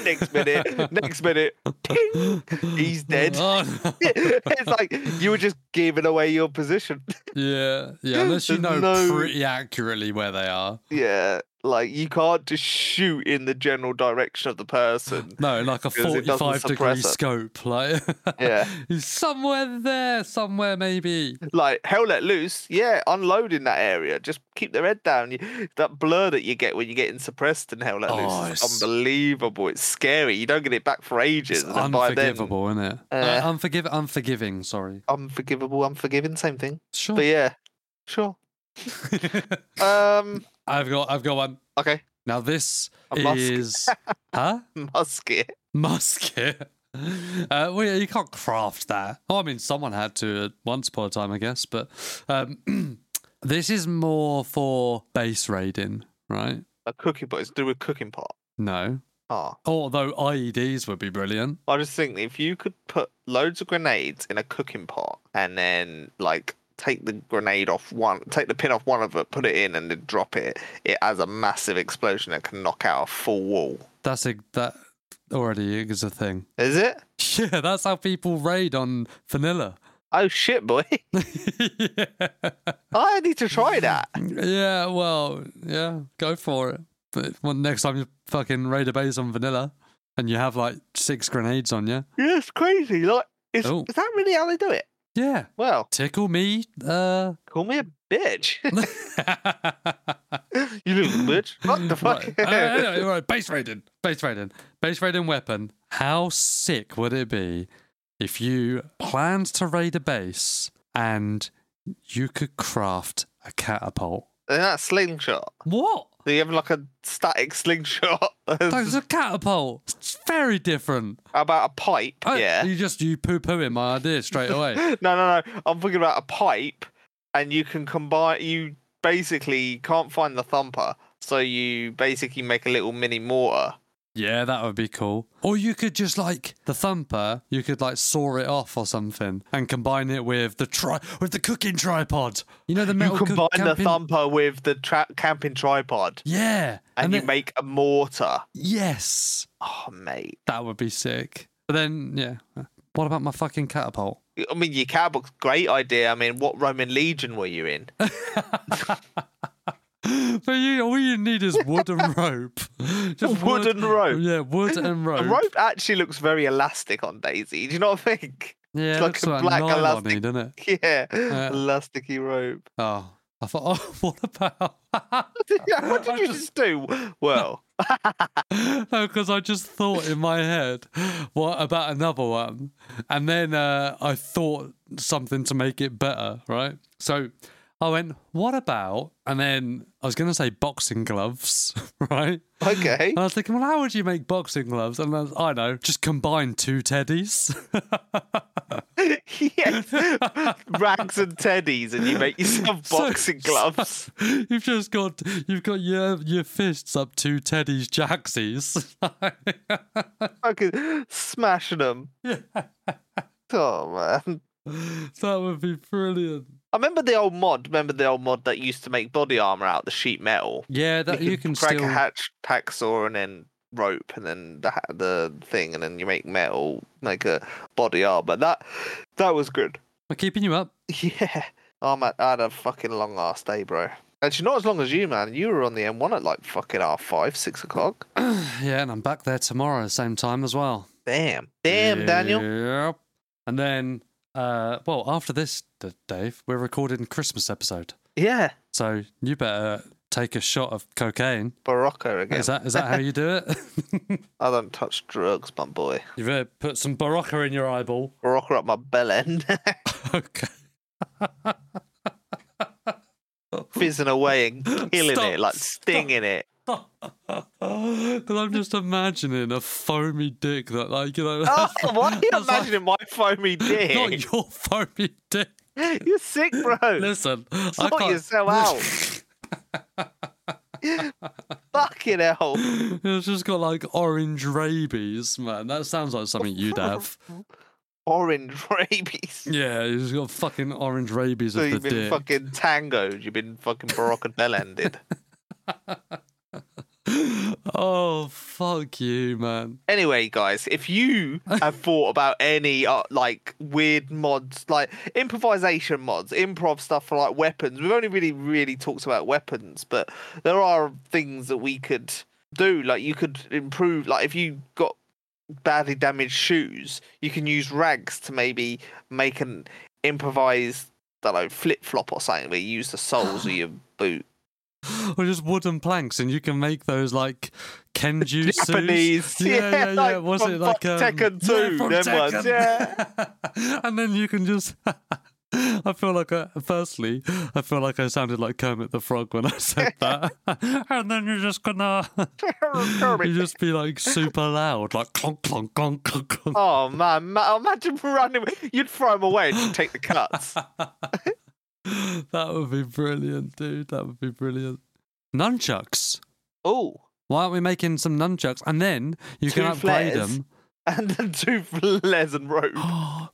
S3: next minute next minute ping, he's dead
S2: Oh, no.
S3: it's like you were just giving away your position
S2: Yeah, yeah. Unless you know
S3: There's no-
S2: pretty accurately where they are.
S3: yeah like you can't just shoot in the general direction of the person
S2: No, like a
S3: Because it doesn't
S2: forty-five degree
S3: suppress it.
S2: scope. Like,
S3: yeah
S2: he's somewhere there, somewhere maybe.
S3: like hell let loose yeah unload in that area just keep their head down you, that blur that you get when you're getting suppressed in hell let
S2: Oh,
S3: loose
S2: it's-
S3: is unbelievable it's scary you don't get it back for ages
S2: It's
S3: and then by then
S2: unforgivable, isn't it?
S3: Uh,
S2: uh, unforgiv- unforgiving. Sorry.
S3: unforgivable unforgiving same thing
S2: Sure.
S3: but yeah sure um
S2: I've got, I've got one.
S3: okay
S2: Now this
S3: A musk.
S2: is, huh?
S3: musket
S2: Musket. Uh, well, yeah, you can't craft that. Oh, I mean, someone had to at once upon a time, I guess. But um, this is more for base raiding, right?
S3: a cooking pot it's through a cooking pot
S2: No.
S3: ah
S2: Although IEDs would be brilliant.
S3: i just think if you could put loads of grenades in a cooking pot and then like take the grenade off one take the pin off one of it put it in and then drop it it has a massive explosion that can knock out a full wall
S2: That's a that already is a thing.
S3: is it
S2: Yeah, that's how people raid on vanilla.
S3: oh shit boy
S2: yeah.
S3: i need to try that
S2: yeah, well, yeah, go for it. But when, next time you fucking raid a base on vanilla and you have like six grenades on you,
S3: yeah it's crazy like is,
S2: Oh.
S3: is that really how they do it
S2: yeah,
S3: well
S2: tickle me. Uh,
S3: call me a bitch you little bitch what the fuck
S2: Right. Uh, anyway, right, base raiding, base raiding, base raiding weapon. How sick would it be if you planned to raid a base and you could craft a catapult?
S3: and that slingshot
S2: What?
S3: so you have like a static slingshot
S2: That's a catapult. It's very different.
S3: about a pipe
S2: I-
S3: yeah
S2: You just you poo pooing my idea straight away.
S3: No, no, no. I'm thinking about a pipe, and you can combine. You basically can't find the thumper, so you basically make a little mini mortar.
S2: yeah, that would be cool. Or you could just like the thumper. You could like saw it off or something and combine it with the tri with the cooking tripod. You know the
S3: You
S2: metal cook-
S3: combine the
S2: camping-
S3: thumper with the tra- camping tripod,
S2: Yeah,
S3: and, you
S2: then-
S3: make a mortar.
S2: Yes,
S3: Oh, mate.
S2: that would be sick. But then, yeah, what about my fucking catapult?
S3: I mean, your catapult's great idea. I mean, what Roman legion were you in?
S2: But you, all you need is wood and rope. Just
S3: Wood and rope.
S2: Yeah, wood and rope.
S3: A rope actually looks very elastic on Daisy. Do you not think?
S2: Yeah,
S3: It's like
S2: it looks
S3: a
S2: like
S3: black
S2: nylon
S3: elastic-
S2: doesn't it?
S3: Yeah,
S2: Yeah.
S3: elasticy rope.
S2: Oh, I thought. Oh, what about?
S3: what did
S2: uh, I
S3: you just
S2: just-
S3: do? Well,
S2: no, because I just thought in my head, what about another one? And then uh, I thought something to make it better, right? So I went, what about? And then I was going to say boxing gloves, right?
S3: okay.
S2: And I was thinking, well, how would you make boxing gloves? And I, was, I know, just combine two teddies.
S3: yes. Rags and teddies, and you make yourself
S2: So-
S3: boxing gloves.
S2: you've just got you've got your your fists up two teddies jacksies.
S3: Fucking smashing them. Oh, man.
S2: that would be brilliant.
S3: I remember the old mod. Remember the old mod that used to make body armor out of the sheet metal?
S2: Yeah, that you, can
S3: crack
S2: still.
S3: a hatch, pack saw, and then rope, and then the, ha- the thing, and then you make metal, like a body armor. That that was good.
S2: We're keeping you up.
S3: Yeah. Oh, man, I had a fucking long ass day, bro. Actually, not as long as you, man. You were on the M1 at like fucking half five, six o'clock.
S2: Yeah, and I'm back there tomorrow, same time as well.
S3: Damn. Damn, Daniel.
S2: Yep. And then, uh, well, after this, D- Dave, we're recording Christmas episode,
S3: Yeah.
S2: so you better take a shot of cocaine.
S3: Barocco again.
S2: Is that is that how you do it?
S3: I don't touch drugs, my boy.
S2: you better put some barocca in your eyeball.
S3: Barocco up my bell end,
S2: Okay.
S3: fizzing away and killing
S2: Stop,
S3: it, like
S2: stop.
S3: stinging it.
S2: Because I'm just imagining a foamy dick that, like, you know,
S3: Oh,
S2: that's
S3: why are you imagining my foamy
S2: not
S3: dick?
S2: your foamy dick.
S3: You're sick, bro.
S2: Listen, I
S3: Sort
S2: can't.
S3: yourself out. Fucking hell.
S2: It's just got like orange rabies, man. That sounds like something you'd have.
S3: Orange rabies.
S2: Yeah, he's got fucking orange rabies
S3: So
S2: of the
S3: you've been
S2: dick.
S3: fucking tangoed. You've been fucking Barocadell ended.
S2: Oh fuck you, man.
S3: Anyway, guys, if you have thought about any uh, like weird mods, like improvisation mods, improv stuff for like weapons, we've only really, really talked about weapons, but there are things that we could do. Like you could improve, like if you got badly damaged shoes, you can use rags to maybe make an improvised, I don't know, flip flop or something where you use the soles of your boot.
S2: Or just wooden planks, and you can make those like Kenju suits.
S3: Japanese,
S2: Yeah, yeah, yeah.
S3: yeah, like
S2: Was
S3: from
S2: it like
S3: fucking
S2: um,
S3: Tekken
S2: yeah,
S3: 2,
S2: from
S3: them ones,
S2: Tekken. and then you can just. I feel like, I, firstly, I feel like I sounded like Kermit the Frog when I said that. and then you're just gonna, you just be like super loud, like clonk, clonk, clonk, clonk, clonk.
S3: Oh man, ma- imagine running. You'd throw him away and you'd take the cuts.
S2: That would be brilliant, dude. That would be brilliant. Nunchucks.
S3: oh,
S2: Why aren't we making some nunchucks? And then you can
S3: Two
S2: upgrade
S3: flares.
S2: them.
S3: and then two flares and rope.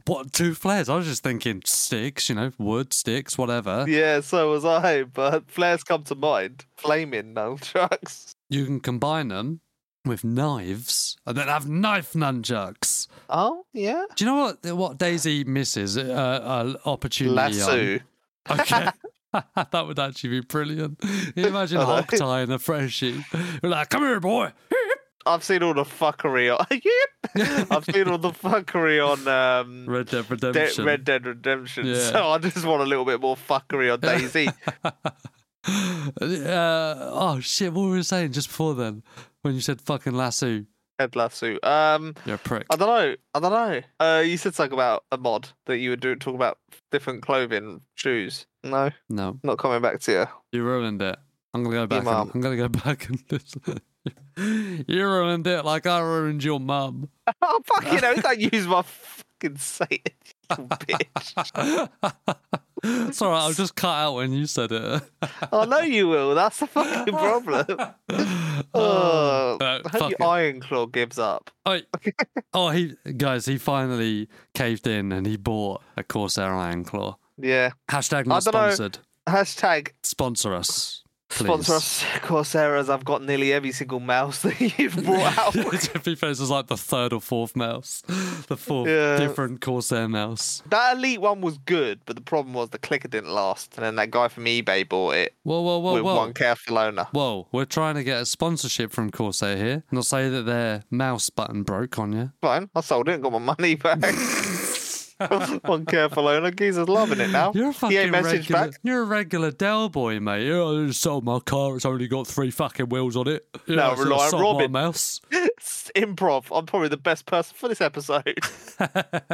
S2: What, two flares? I was just thinking sticks, you know, wood, sticks, whatever.
S3: Yeah, so was I, but flares come to mind. Flaming nunchucks.
S2: You can combine them with knives and then have knife nunchucks.
S3: Oh yeah,
S2: Do you know what what Daisy misses? Uh, uh, opportunity. on?
S3: lasso.
S2: Okay. that would actually be brilliant. Imagine
S3: I know.
S2: Hawkeye and a freshie. You're like, come here, boy.
S3: I've seen all the fuckery on. Yep. I've seen all the fuckery on um,
S2: Red Dead
S3: De-
S2: Redemption.
S3: Red Dead Redemption.
S2: Yeah.
S3: So I just want a little bit more fuckery on Daisy.
S2: uh, oh shit! What were we saying just before then? When you said fucking lasso,
S3: Head lasso. Um,
S2: you're a prick.
S3: I don't know. I don't know. Uh, you said something about a mod that you would do talk about different clothing, shoes. No,
S2: No,
S3: not coming back to you.
S2: you ruined it. I'm gonna go back.
S3: mum.
S2: And, I'm gonna go back and listen. you ruined it like I ruined your mum.
S3: Oh fucking hell! Don't use my fucking Satan, you bitch.
S2: it's all right. I'll just cut out when you said it.
S3: I know you will. That's the fucking problem. Uh, Oh,
S2: no,
S3: I
S2: Uh, fuck
S3: hope
S2: it.
S3: your Iron Claw gives up.
S2: Oh, oh, he guys, he finally caved in and he bought a Corsair Iron Claw.
S3: Yeah.
S2: Hashtag not
S3: I dunno.
S2: sponsored.
S3: Hashtag
S2: Sponsor us. Please.
S3: sponsor us Corsairs. I've got nearly every single mouse that you've brought out.
S2: Tippy Face was like the third or fourth mouse, the fourth
S3: Yeah.
S2: different Corsair mouse.
S3: that elite one was good, but the problem was the clicker didn't last, and then that guy from eBay bought it
S2: Whoa, whoa, whoa,
S3: with
S2: whoa.
S3: one Carthalona.
S2: Whoa, we're trying to get a sponsorship from Corsair here. Not say that their mouse button broke on you.
S3: Fine, I sold it and got my money back. One careful owner, Jesus, loving it now.
S2: You're a fucking
S3: he ain't messaged
S2: regular.
S3: back.
S2: You're a regular Dell boy, mate. You know, I just sold my car. It's only got three fucking wheels on it. You
S3: No,
S2: know, I sort of
S3: Reliant
S2: sold my
S3: Robin.
S2: mouse.
S3: It's improv. I'm probably the best person for this episode.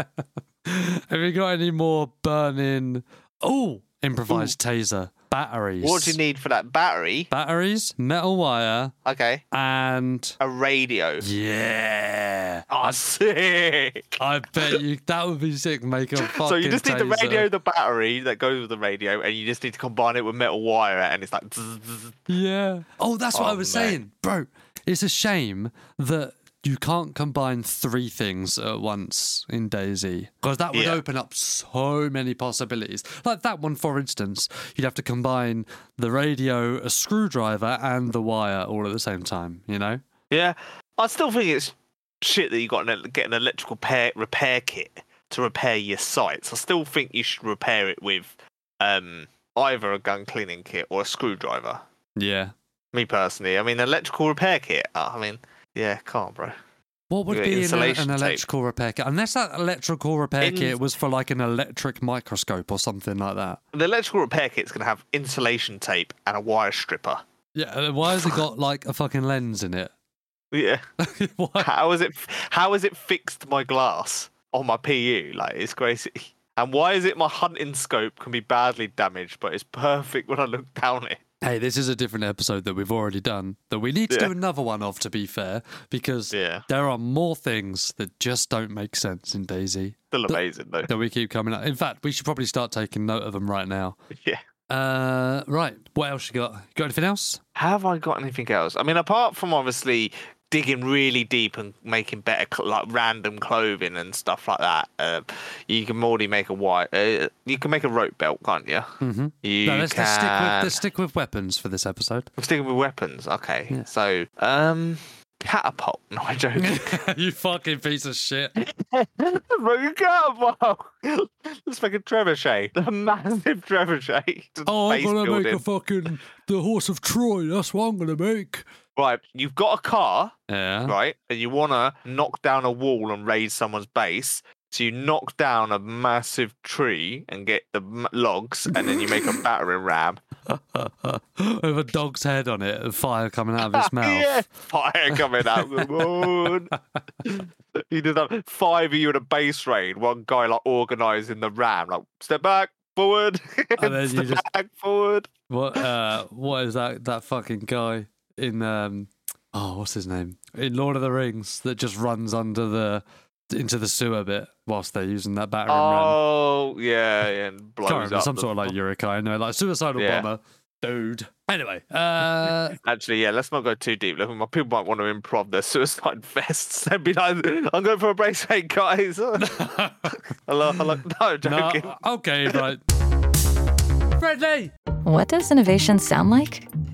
S2: Have you got any more burning? Oh, improvised taser batteries.
S3: what do you need for that battery?
S2: Batteries, metal wire,
S3: Okay,
S2: and
S3: a radio.
S2: yeah.
S3: Oh, sick.
S2: I bet you that would be sick. Make a fucking.
S3: So you just need the
S2: taser.
S3: radio, the battery that goes with the radio, and you just need to combine it with metal wire, and it's like. zzz, zzz.
S2: Yeah. Oh, that's what I
S3: Oh,
S2: was
S3: mate.
S2: saying, bro. It's a shame that you can't combine three things at once in Daisy because that would
S3: Yeah.
S2: open up so many possibilities. Like that one, for instance, you'd have to combine the radio, a screwdriver, and the wire all at the same time. You know?
S3: Yeah, I still think it's shit that you got to get an electrical pair, repair kit to repair your sights. I still think you should repair it with um, either a gun cleaning kit or a screwdriver.
S2: Yeah.
S3: Me personally, I mean, electrical repair kit. uh, I mean, yeah, can't, bro.
S2: What would
S3: Yeah,
S2: be an,
S3: insulation
S2: an
S3: tape.
S2: electrical repair kit? Unless that electrical repair
S3: In-
S2: kit was for like an electric microscope or something like that.
S3: The electrical repair kit's gonna have insulation tape and a wire stripper.
S2: Yeah. Why has it got like a fucking lens in it?
S3: Yeah,
S2: Why
S3: how is it? How is it fixed to my glass on my PU? Like, it's crazy. And why is it my hunting scope can be badly damaged, but it's perfect when I look down it?
S2: Hey, this is a different episode that we've already done that we need to
S3: Yeah.
S2: do another one of, to be fair, because
S3: Yeah.
S2: there are more things that just don't make sense in Daisy
S3: Still amazing though.
S2: that we keep coming up. In fact, we should probably start taking note of them right now.
S3: Yeah.
S2: Uh, right. What else you got? You got anything else?
S3: Have I got anything else? I mean, apart from obviously digging really deep and making better cl- like random clothing and stuff like that, uh, you can already make a white. Uh, you can make a rope belt, can't you? Mm-hmm. You
S2: No, let's,
S3: can.
S2: let's, stick with, let's stick with weapons for this episode.
S3: I'm sticking with weapons. Okay,
S2: Yeah.
S3: so um, catapult. No, I'm joking.
S2: you fucking piece of shit.
S3: Rogue catapult. Let's make a trebuchet. A massive trebuchet. Just
S2: Oh, I'm
S3: base
S2: gonna make
S3: building.
S2: a fucking the horse of Troy. That's what I'm gonna make.
S3: right, you've got a car.
S2: Yeah.
S3: right? And you want to knock down a wall and raid someone's base. So you knock down a massive tree and get the m- logs, and then you make a battering ram.
S2: with a dog's head on it and fire coming out of his mouth.
S3: yeah, fire coming out. the wood. you did that five of you in a base raid. One guy like organizing the ram, like step back, forward,
S2: And then you
S3: step
S2: just-
S3: back, forward.
S2: What uh what is that that fucking guy in um oh what's his name? In Lord of the Rings that just runs under the into the sewer bit whilst they're using that battering ram.
S3: Oh yeah, yeah, and blows
S2: Can't remember,
S3: up
S2: some
S3: the-
S2: sort of like Yurikai, no, like suicidal
S3: Yeah.
S2: bomber. Dude. Anyway, uh
S3: Actually, yeah, let's not go too deep. Look, my people might want to improv their suicide vests. They'd be like, I'm going for a brace hey guys. hello, hello. No,
S2: no,
S3: joking.
S2: okay, right. Friendly!
S1: What does innovation sound like?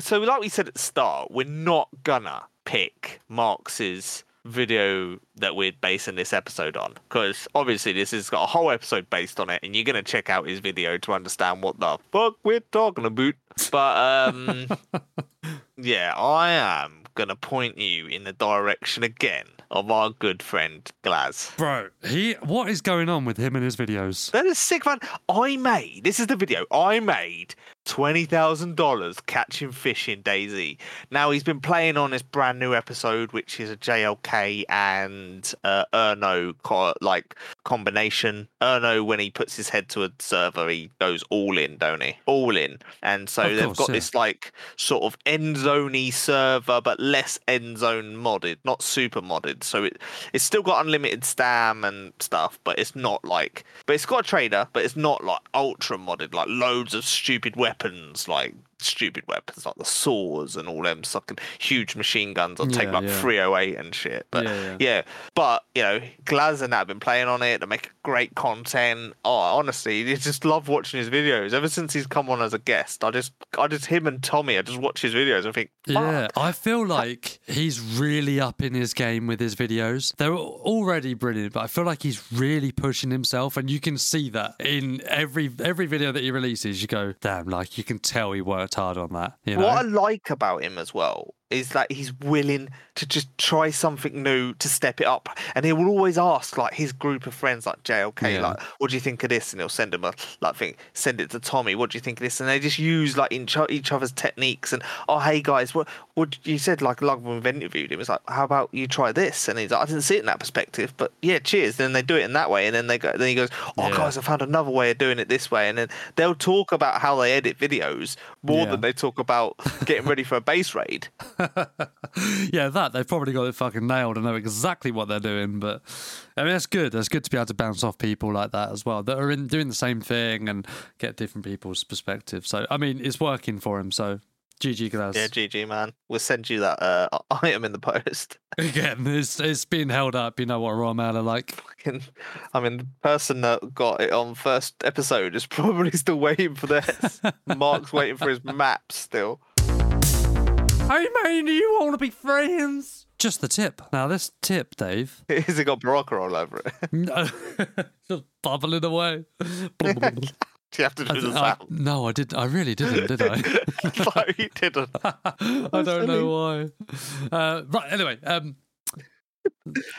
S3: So, like we said at the start, we're not gonna pick Marx's video that we're basing this episode on because obviously this has got a whole episode based on it and you're gonna check out his video to understand what the fuck we're talking about but um Yeah, I am going to point you in the direction again of our good friend Glaz.
S2: Bro, he what is going on with him and his videos?
S3: That is sick, man. I made, this is the video, I made $20,000 catching fish in Daisy. Now, he's been playing on this brand new episode, which is a JLK and uh, Erno co- like combination. Erno, when he puts his head to a server, he goes all in, don't he? All in. And so
S2: Of
S3: they've
S2: course,
S3: got
S2: yeah.
S3: this like sort of end zoney server, but less end zone modded, not super modded. So it it's still got unlimited stam and stuff, but it's not like but it's got a trader, but it's not like ultra modded, like loads of stupid weapons, like stupid weapons like the saws and all them sucking huge machine guns or take
S2: Yeah,
S3: like
S2: yeah.
S3: 308 and shit. But
S2: Yeah, yeah.
S3: yeah, but you know, Glaz and that have been playing on it. They make great content. Oh, honestly, you just love watching his videos. Ever since he's come on as a guest, I just, I just him and Tommy. I just watch his videos. and think, fuck.
S2: Yeah, I feel like he's really up in his game with his videos. They're already brilliant, but I feel like he's really pushing himself, and you can see that in every every video that he releases. You go, damn, like you can tell he worked hard on that. You know,
S3: What I like about him as well is that he's willing to just try something new to step it up. And he will always ask like his group of friends like JLK,
S2: Yeah.
S3: like, what do you think of this? And he'll send him a like thing, send it to Tommy, what do you think of this? And they just use like each, o- each other's techniques and oh hey guys, what what d- you said like a lot of them have interviewed him, it's like, how about you try this? And he's like, I didn't see it in that perspective, but yeah, cheers. Then they do it in that way and then they go then he goes, Oh
S2: Yeah.
S3: guys, I found another way of doing it this way and then they'll talk about how they edit videos more
S2: Yeah.
S3: than they talk about getting ready for a base raid.
S2: yeah, that they've probably got it fucking nailed and know exactly what they're doing. But I mean, that's good. That's good to be able to bounce off people like that as well that are in doing the same thing and get different people's perspectives. So I mean, it's working for him. So. GG Glass.
S3: Yeah, GG, man. We'll send you that uh, i- item in the post.
S2: Again, it's it's being held up. You know what raw men are like.
S3: Fucking- I mean, the person that got it on first episode is probably still waiting for this. Mark's waiting for his map still.
S2: Hey man, do you want to be friends? Just the tip. Now this tip, Dave,
S3: He's got Baraka all over it.
S2: no, just bubbling away.
S3: Do you have to do the
S2: I-
S3: sound?
S2: no, I did. I really didn't, did I?
S3: no, you didn't.
S2: I don't know why. Uh, right. Anyway, um,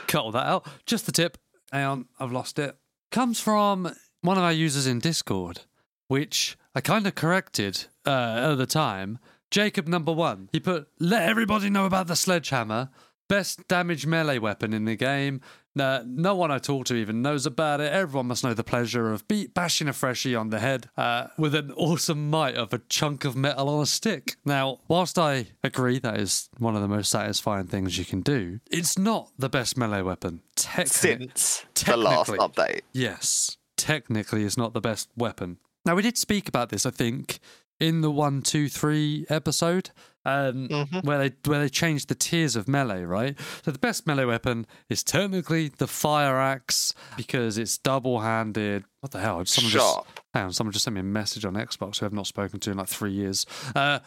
S2: cut all that out. Just the tip. Hang on, I've lost it. Comes from one of our users in Discord, which I kind of corrected uh, at the time. Jacob number one. He put, "Let everybody know about the sledgehammer. Best damage melee weapon in the game. No, no one I talk to even knows about it. Everyone must know the pleasure of beat bashing a freshie on the head uh, with an awesome might of a chunk of metal on a stick. Now, whilst I agree that is one of the most satisfying things you can do, it's not the best melee weapon. Techni-
S3: Since the last
S2: technically.
S3: update.
S2: Yes, technically, it's not the best weapon. Now, we did speak about this, I think, in the one, two, three episode, um, where they where they changed the tiers of melee. Right, so the best melee weapon is technically the fire axe because it's double handed. What the hell? Someone
S3: Sharp.
S2: just hang on, someone just sent me a message on Xbox who I've not spoken to in like three years. Uh,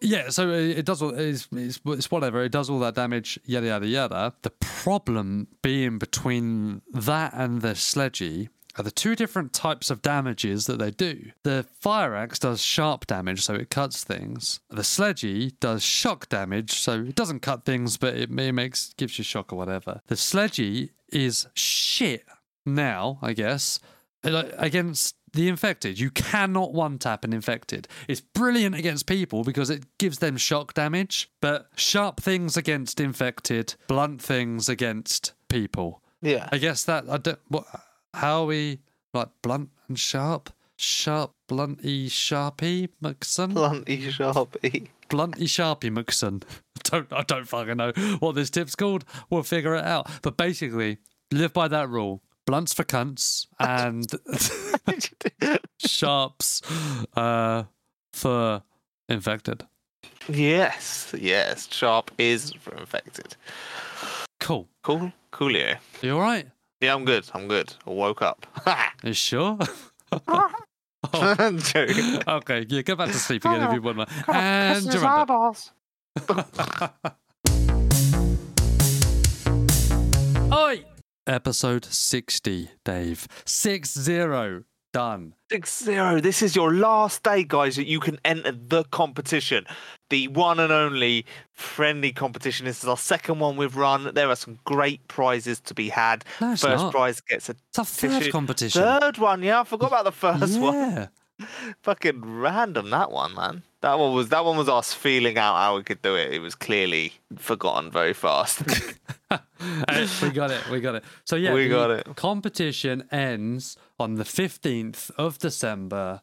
S2: yeah, so it it does all it's, it's it's whatever it does all that damage, yada yada yada. The problem being between that and the sledgy are the two different types of damages that they do. The fire axe does sharp damage, so it cuts things. The sledgy does shock damage, so it doesn't cut things, but it, it makes gives you shock or whatever. The sledgy is shit now, I guess uh, like, against the infected. You cannot one tap an infected. It's brilliant against people because it gives them shock damage, but sharp things against infected, blunt things against people.
S3: Yeah.
S2: I guess that I don't. What, how are we like blunt and sharp? Sharp, blunty, sharpie, McSun.
S3: Blunty Sharpie.
S2: Blunty Sharpie McSun. I don't I don't fucking know what this tip's called. We'll figure it out. But basically, live by that rule. Blunts for cunts and sharps uh, for infected.
S3: yes, yes. Sharp is for infected.
S2: Cool.
S3: Cool. Coolio.
S2: You all right?
S3: Yeah, I'm good. I'm good. I woke up.
S2: You sure?
S3: I'm joking.
S2: okay, yeah, go back to sleep again if you want. to. And remember, Oi! Episode 60, Dave. 6-0. Done.
S3: Six zero. This is your last day, guys, that you can enter the competition. The one and only friendly competition. This is our second one we've run. There are some great prizes to be had.
S2: No, it's
S3: First
S2: not.
S3: prize gets a
S2: It's a third
S3: tissue.
S2: competition.
S3: Third one, yeah, I forgot about the first one.
S2: yeah.
S3: Fucking random that one, man. That one was that one was us feeling out how we could do it. It was clearly forgotten very fast.
S2: we got it. We got it. So yeah,
S3: We
S2: the
S3: got it.
S2: Competition ends on the fifteenth of December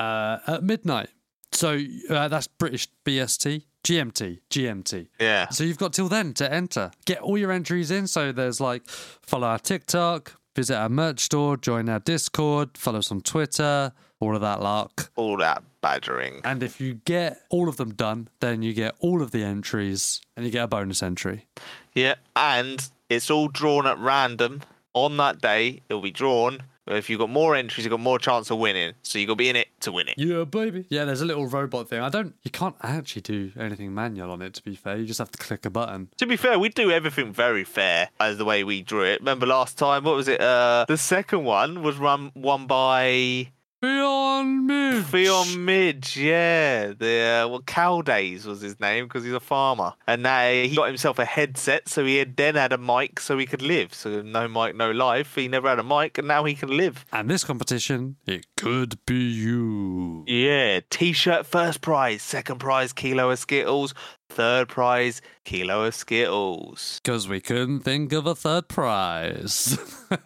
S2: uh, at midnight. So uh, that's British BST, GMT, GMT.
S3: yeah.
S2: So you've got till then to enter. Get all your entries in. So there's like follow our TikTok, visit our merch store, join our Discord, follow us on Twitter, all of that lark.
S3: All that badgering.
S2: And if you get all of them done, then you get all of the entries and you get a bonus entry.
S3: Yeah, and it's all drawn at random. On that day, it'll be drawn. If you've got more entries, you've got more chance of winning. So you've got to be in it to win it.
S2: Yeah, baby. Yeah, there's a little robot thing. I don't. You can't actually do anything manual on it. To be fair, you just have to click a button.
S3: To be fair, we do everything very fair as the way we drew it. Remember last time, what was it? Uh, the second one was run won by
S2: Beyond me.
S3: Theon Midge. Yeah, the uh, well, Caldays was his name because he's a farmer, and now he got himself a headset, so he had, then had a mic, so he could live. So no mic, no life. He never had a mic, and now he can live.
S2: And this competition, it could be you.
S3: Yeah, t-shirt first prize, second prize kilo of Skittles, third prize kilo of Skittles.
S2: Because we couldn't think of a third prize.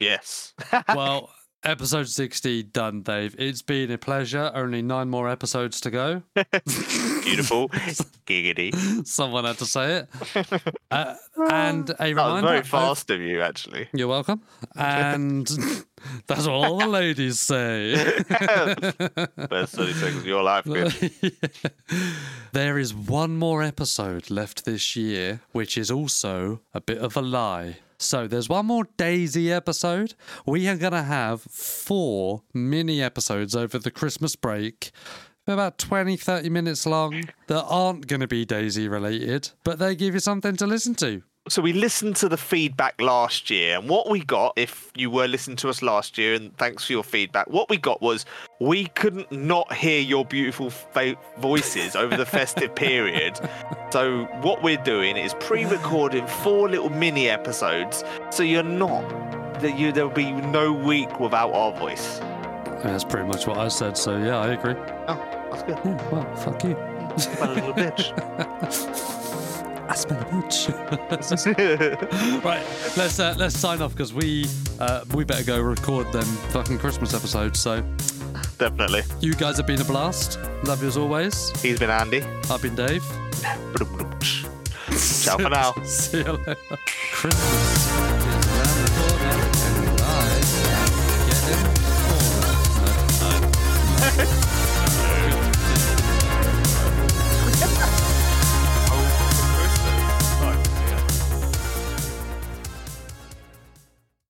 S3: Yes.
S2: well, episode 60 done, Dave. It's been a pleasure. Only nine more episodes to go.
S3: Beautiful. Giggity.
S2: Someone had to say it. Uh, and a
S3: That was
S2: reminder.
S3: very
S2: of-
S3: fast of you, actually.
S2: You're welcome. And that's what all the ladies say.
S3: First 30 seconds of your life, bitch.
S2: there is one more episode left this year, which is also a bit of a lie. So there's one more Daisy episode. We are going to have four mini episodes over the Christmas break. They're about 20, 30 minutes long that aren't going to be Daisy related, but they give you something to listen to.
S3: So we listened to the feedback last year, and what we got, if you were listening to us last year, and thanks for your feedback, what we got was we couldn't not hear your beautiful fa- voices over the festive period. So what we're doing is pre-recording four little mini episodes, so you're not that you there'll be no week without our voice.
S2: That's pretty much what I said. So yeah, I agree.
S3: Oh, that's good.
S2: Yeah, well, fuck you.
S3: What a little bitch.
S2: I smell a bitch. right, let's uh, let's sign off because we uh, we better go record them fucking Christmas episodes. So
S3: Definitely.
S2: you guys have been a blast. Love you as always.
S3: He's been Andy.
S2: I've been Dave.
S3: Ciao for now.
S2: See you later. Christmas. is around the corner.